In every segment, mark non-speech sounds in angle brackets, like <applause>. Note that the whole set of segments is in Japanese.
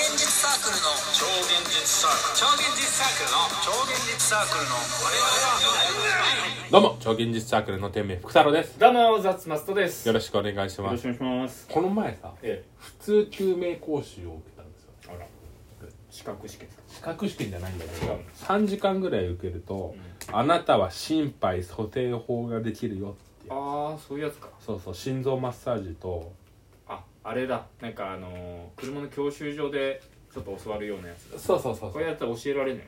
クルの超現実サークル超現実サークルの超現実サークルの我々はどうも超現実サークルの天命福太郎ですどうもザッツマストですよよろしくお願いしまろしすくお願いしますこの前さえ普通救命講習を受けたんですよえあら資格試験資格試験じゃないんだけ違どう3時間ぐらい受けると、あなたは心肺蘇生法ができるよっていうああそういうやつかそうそう心臓マッサージとああれだなんかあのー、車の教習所でちょっと教わるようなやつだそうそうそうこれやったら教えられないよ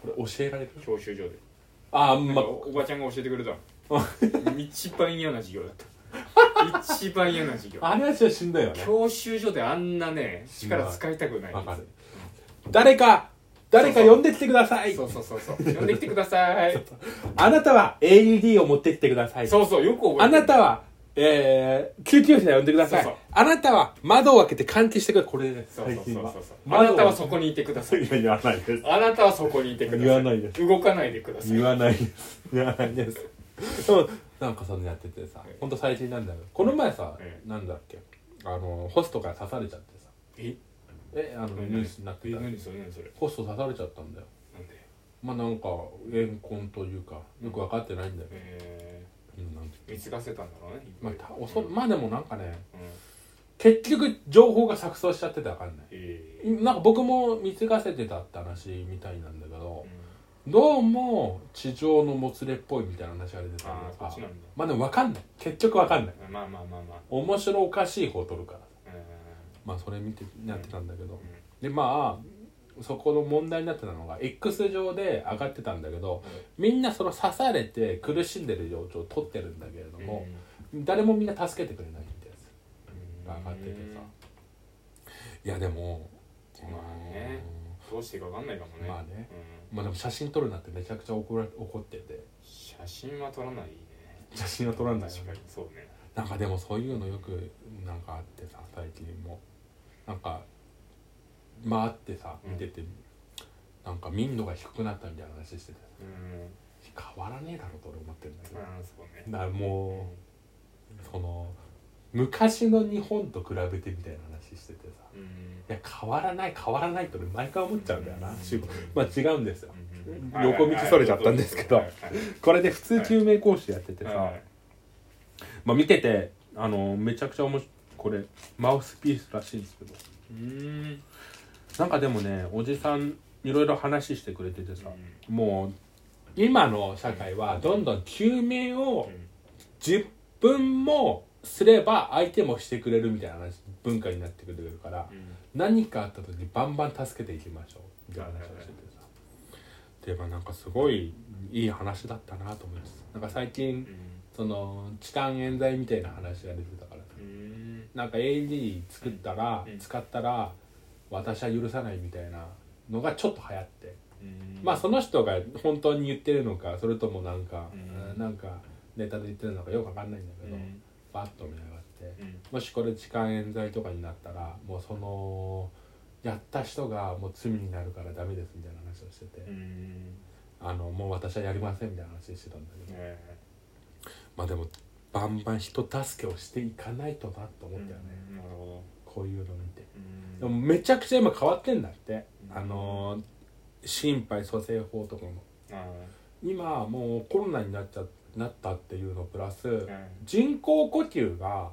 これ教えられる教習所でああんなんかまおおばちゃんが教えてくれたの一番嫌な授業だった一番嫌な授 <laughs> 業あれはちょっとしんどいよね教習所であんなね力使いたくないわかる誰か誰か呼んできてくださいそうそうそうそう呼んできてくださいあなたは AED を持ってきてくださいそうそうよく覚えてるあなたは、えー、救急車呼んでくださいそうそうあなたは窓を開けて換気してくださいこれねそうそうそうそうそうあ窓をなたはそこにいてくださいいや言わないですあなたはそこにいてください言わないです動かないでください言わないです言わないですでもなんかそんなやっててさええほんと最近なんだよこの前さ、えなんだっけあのホストから刺されちゃってさええあのニュースになってえた何それ何それホスト刺されちゃったんだよなんでまあなんか怨恨というかよく分かってないんだよ、えうんなんてー、見つかせたんだろうねまあ、たおそうん、まあでもなんかねうん結局情報が錯綜しちゃってて分かんないえーなんか僕も貢がせてたって話みたいなんだけうどん、どうも地上のもつれっぽいみたいな話が出てたんあだあそっちなんだまあでも分かんない結局分かんないまあまあまあまあ面白おかしい方を取るからうまあそれ見てやってたんだけど、んでまあそこの問題になってたのが X 上で上がってたんだけどみんなその刺されて苦しんでる状況を取ってるんだけれどうんも、誰もみんな助けてくれないってやつうんが上がっててさいやでもまあねどうしていいかわかんないかもねまあねうんまあでも写真撮るなってめちゃくちゃ怒ら怒ってて写真は撮らないね写真は撮らないよ確ねかにそうねなんかでもそういうのよくなんかあってさ最近もなんかまああってさうん見てて、なんか民度が低くなったみたいな話しててうん変わらねえだろと俺思ってるんだけど、まあそうねだからもうその昔の日本と比べてみたいな話しててさうんいや変わらない変わらないって俺毎回思っちゃうんだよな、うん主語まあ違うんですようん横道それちゃったんですけどはいはいはいこれで普通救命講師やっててさ、はいまあ、見ててあのめちゃくちゃ面白いこれマウスピースらしいんですけどうーんなんかでもねおじさんいろいろ話してくれててさ、もう今の社会はどんどん救命をうん10分もすれば相手もしてくれるみたいな話文化になってくれるからうん何かあった時バンバン助けていきましょうみたいな話をしててさでまあなんかすごいいい話だったなと思いますなんか最近その痴漢冤罪みたいな話が出てたからさうんなんか AD 作ったら、うん使ったら私は許さないみたいなのがちょっと流行って、うんまあその人が本当に言ってるのかそれともなんか、うんうんなんかネタで言ってるのかよくわかんないんだけど、うんバッと見上がって、うんもしこれ痴漢冤罪とかになったらもうそのやった人がもう罪になるからダメですみたいな話をしてて、うんあのもう私はやりませんみたいな話してたんだけど、ねまあでもバンバン人助けをしていかないとなと思ったよね、うんなるほどこういうの見て。うんでもめちゃくちゃ今変わってんだって、うんあのー心肺蘇生法とかもあ今もうコロナになっちゃなったっていうのプラス、ーうん人工呼吸が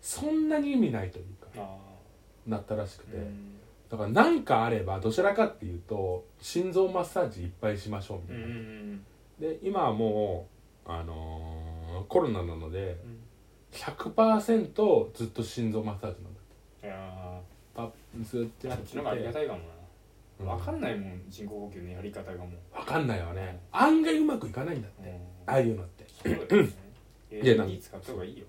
そんなに意味ないというかあなったらしくーて、うんだから何かあればどちらかっていうと心臓マッサージいっぱいしましょうみたいうんな、うんで今はもうあのーコロナなのでうん100%ずっと心臓マッサージなんだっていやパッずっとーやそっってちての方がありがたいかもうんなわかんないもん人工呼吸のやり方がもうわかんないよね案外うまくいかないんだって、ああいうのってそうだよねいやなん AED 使った方がいいよ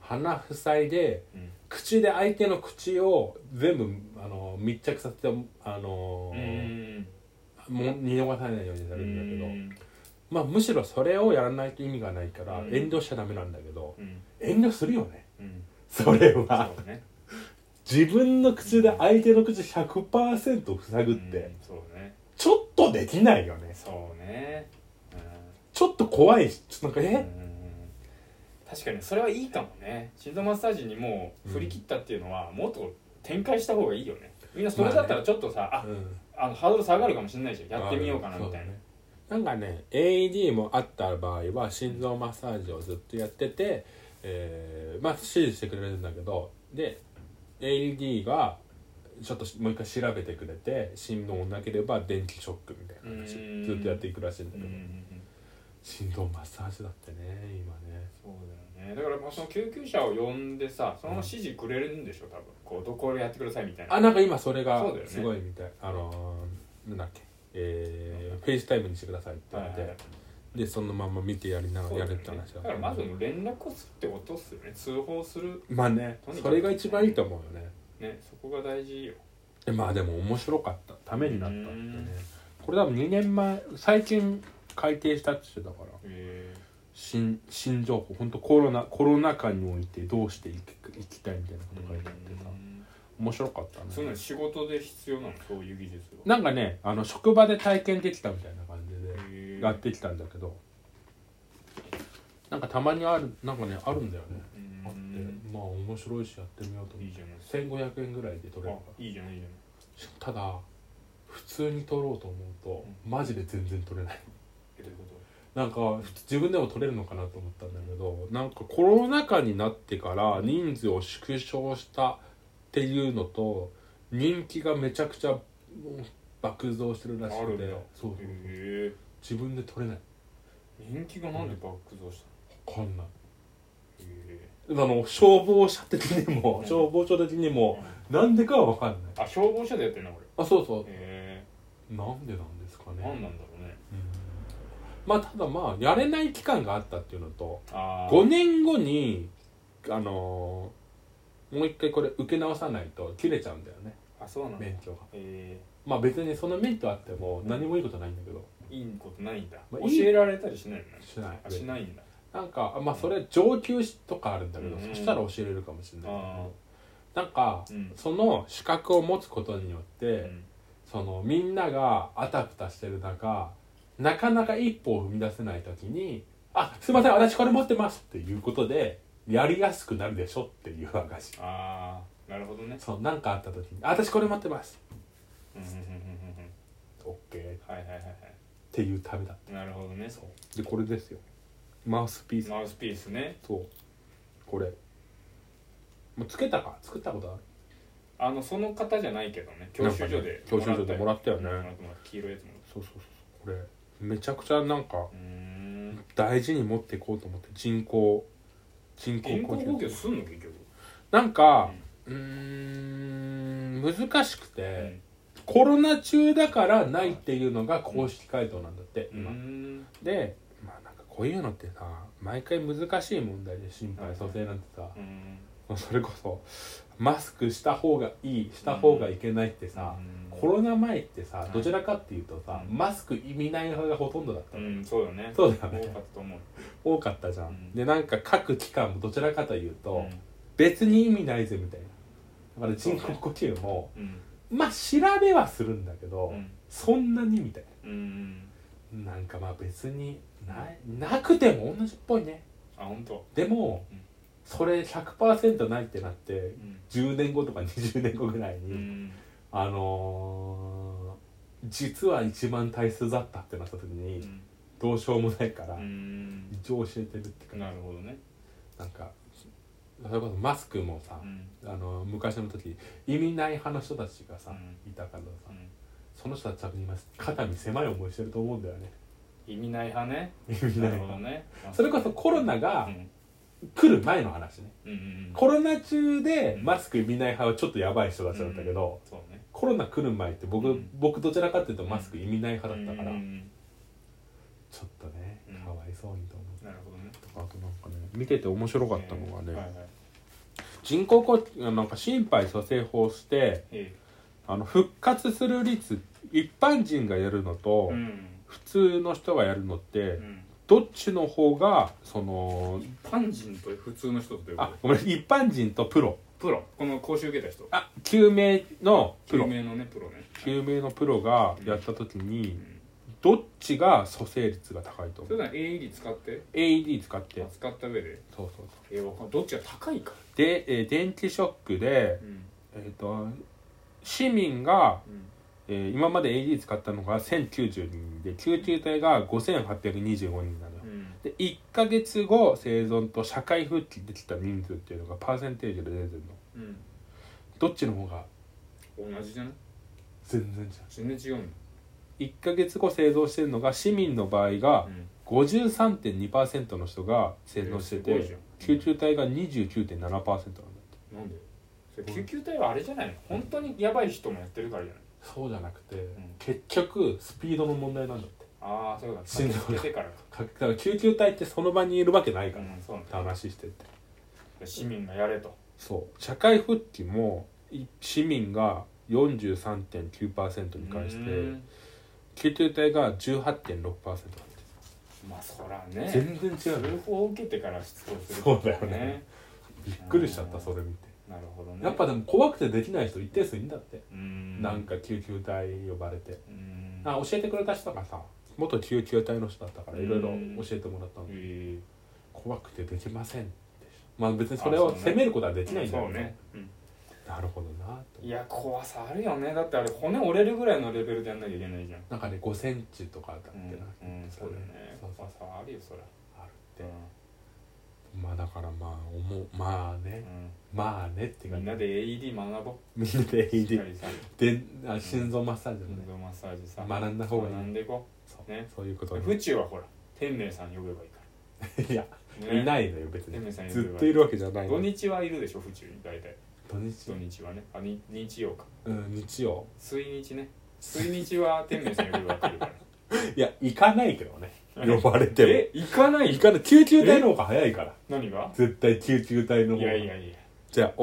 鼻塞いでうんうん口で相手の口を全部あの密着させてあのうんもう見逃さないようになるんだうけど、んまあ、むしろそれをやらないと意味がないからうん遠慮しちゃダメなんだけどうん遠慮するよねうんそれはそうね自分の口で相手の口100%塞ぐってうんそうねちょっとできないよねそうねちょっと怖いしちょっとなんうんかうえん確かにそれはいいかもね心臓マッサージにもう振り切ったっていうのはもっと展開した方がいいよねみんなそれだったらちょっとさ、うんああのハードル下がるかもしれないじゃんやってみようかなあるみたいな、そうだねなんかね AED もあった場合は心臓マッサージをずっとやってて、えーまあ指示してくれるんだけどで AED がちょっともう一回調べてくれて振動なければ電気ショックみたいな話うーんずっとやっていくらしいんだうけど、んうんうん心臓マッサージだってね今ねそうだよねだからまあその救急車を呼んでさそのまま指示くれるんでしょ多分こうどこでやってくださいみたいなあなんか今それがそうだよねすごいみたい、あのー、なんだっけえー、フェイスタイムにしてくださいって言われて、はいはいでそのまま見てやりながらやるって話だからまず連絡をするってことっすよね通報するまあねとにかそくれが一番いいと思うよねねそこが大事よでまあでも面白かったためになったってねうんこれ多分2年前最近改定したって言ってたからへ新新情報本当コロナコロナ禍においてどうしていきいきたいみたいなこと書いてあってさ面白かったねそういうの仕事で必要なのそういう技術はなんかねあの職場で体験できたみたいな感じでへーやってきたんだけどなんかたまにあるなんかねあるんだよねうんあってまあ面白いしやってみようと思いいっじてゃないですか1500円ぐらいで取れるからあいいじゃないいいじただ普通に取ろうと思うと、マジで全然取れないゃないえどういうこなんか普通自分でも取れるのかなと思ったんだけどなんかコロナ禍になってから人数を縮小したっていうのと人気がめちゃくちゃもう爆増してるらしあるくんだてそうとへえ自分で取れない人気がなんで爆増したわかんないのへあの消防車的にもうん消防署的にえもなんでかはわかんないあ消防車でやってんなこれあそうそうへなんでなんですかえね何なんだろうねまあただまあやれない期間があったっていうのとああ5年後にあのーもう一回これ受け直さないと切れちゃうんだよねあそうなんだ免へ許がえまあ別にその免許あっても何もいいことないんだけどいいことないんだま教あいいえられたりしないのねしないあしないんだなんかあまあそれ上級とかあるんだけど、うんそしたら教えれるかもしれないあけどなんか、うんその資格を持つことによって、あうんそのみんながあたふたしてる中なかなか一歩を踏み出せない時に「あすいません私これ持ってます」っていうことでやりやすくなるでしょっていう話ああなるほどねそう何かあった時に「あ私これ持ってますうんうんうんうんうんうん」オッケーっはいはいはいはていうためだっいなるほどねたでこれですよマウスピースマウスピースねそうこれもうつけたか作ったことあるあのその方じゃないけどね教習所で教習所でもらったよねもらったもらった黄色いやつもらっそうそうそうそうこれめちゃくちゃなんかたうーん大事に持っていこうと思って人工人工銀行呼呼吸吸すんの結局なんかうーん難しくて、うんコロナ中だからないっていうのが公式回答なんだって、うー今んでまあなんかこういうのってさ毎回難しい問題で心は肺い蘇生なんてさ、もうーんうそれこそマスクした方がいいした方がいけないってさ、うんコロナ前ってさいどちらかっていうとさ、うんマスク意味ない派がほとんどだったうの、んそうだねそうだよね多かったと思う多かったじゃん、うんでなんか各機関もどちらかというと、ん別に意味ないぜみたいなだから人工呼吸もうんまあ調べはするんだけど、うんそんなにみたいうんななんかまあ別にないなくても同じっぽいねあ本当でも、うんそれ100%ないってなってうん10年後とか20年後ぐらいに、うんあのー実は1万体数だったってなった時に、うんどうしようもないから、うん一応教えてるって感じなるほどねなんかそれこそマスクもさう、んあの昔の時意味ない派の人たちがさ、ういたからさ、うんその人たちは今肩身狭い思いしてると思うんだよね意味ない派ね意味ないなるほど派ねそれこそコロナうがん来る前の話ね、うんうんコロナ中でマスク意味ない派はちょっとやばい人たちだったけど、うんそうねコロナ来る前って僕、うん僕どちらかっていうとマスク意味ない派だったから、うんちょっとねうんかわいそうにと思うなるほどねあとなんかね見てて面白かったのがね、はいはい人工呼吸なんか心肺蘇生法してえあの復活する率一般人がやるのと、えうん普通の人がやるのってうんどっちの方がその一般人と普通の人ということあごめん一般人とプロプロこの講習受けた人あ救命のプ有ロ名のねプロね救命のプロがやった時にんどっちが蘇生率が高いとそ思れうなら AED 使って AED 使ってそう使った上でそうそうええわかんどっちが高いかで、えー電気ショックでう、んえー、と市民が、うんえー今まで AD 使ったのが1090人で救急隊が5825人なのようんで1ヶ月後生存と社会復帰できた人数っていうのがパーセンテージで出てるのうんどっちの方が同じじゃない全然違う全然違うんだ1ヶ月後生存してるのが市民の場合がうん53.2%の人が生存してえーすごいじてゃ救ん急隊が29.7%なんだってなんでそれ救急隊はあれじゃないの本当にやばい人もやってるからじゃないそうじゃなくて、結局スピードの問題なんだってああそうだ死んだ駆けつけてからかかだから救急隊ってその場にいるわけないから、うんそうなんってだ話してて市民がやれとそう社会復帰もい市民が43.9%に関しうてん救急隊が18.6%なんてまあそらね全然違う通ね報を受けてから出動するそうだよねびっくりしちゃったそれ見てなるほどねやっぱでも怖くてできない人一定数いんだって、うんなんか救急隊呼ばれて、うんあ教えてくれた人がさ元救急隊の人だったからいろいろうん教えてもらったの、え怖くてできませんってまあ別にそれを責めることはできないんだよそうね、うんなるほどなといや怖さあるよねだってあれ骨折れるぐらいのレベルでやんなきゃいけないじゃんなんかね5センチとかだったっうけんな、うんそうだよねそうそう怖さはあるよそらあるって、まあだからまあ思うまあうね、んまあねってみ感んじなで AED 学ぼみんなでう AD しっかりさであ心臓マッサージのね運、動マッサージさ学んだ方がいい学んでいこそううねそういうことね府中はほら天明さん呼べばいいかいや、らねいないのよ別でもにさずっといるわけじゃない土の日はいるでしょ府中に大体土日土日はねあに日曜かうん日曜水日ね水日は天明さん呼べば来るからいや行かないけどね <laughs> 呼ばれてえ行かなもい行かない救急隊の方が早いから何が絶対救急隊のい方がやいやいやじゃあ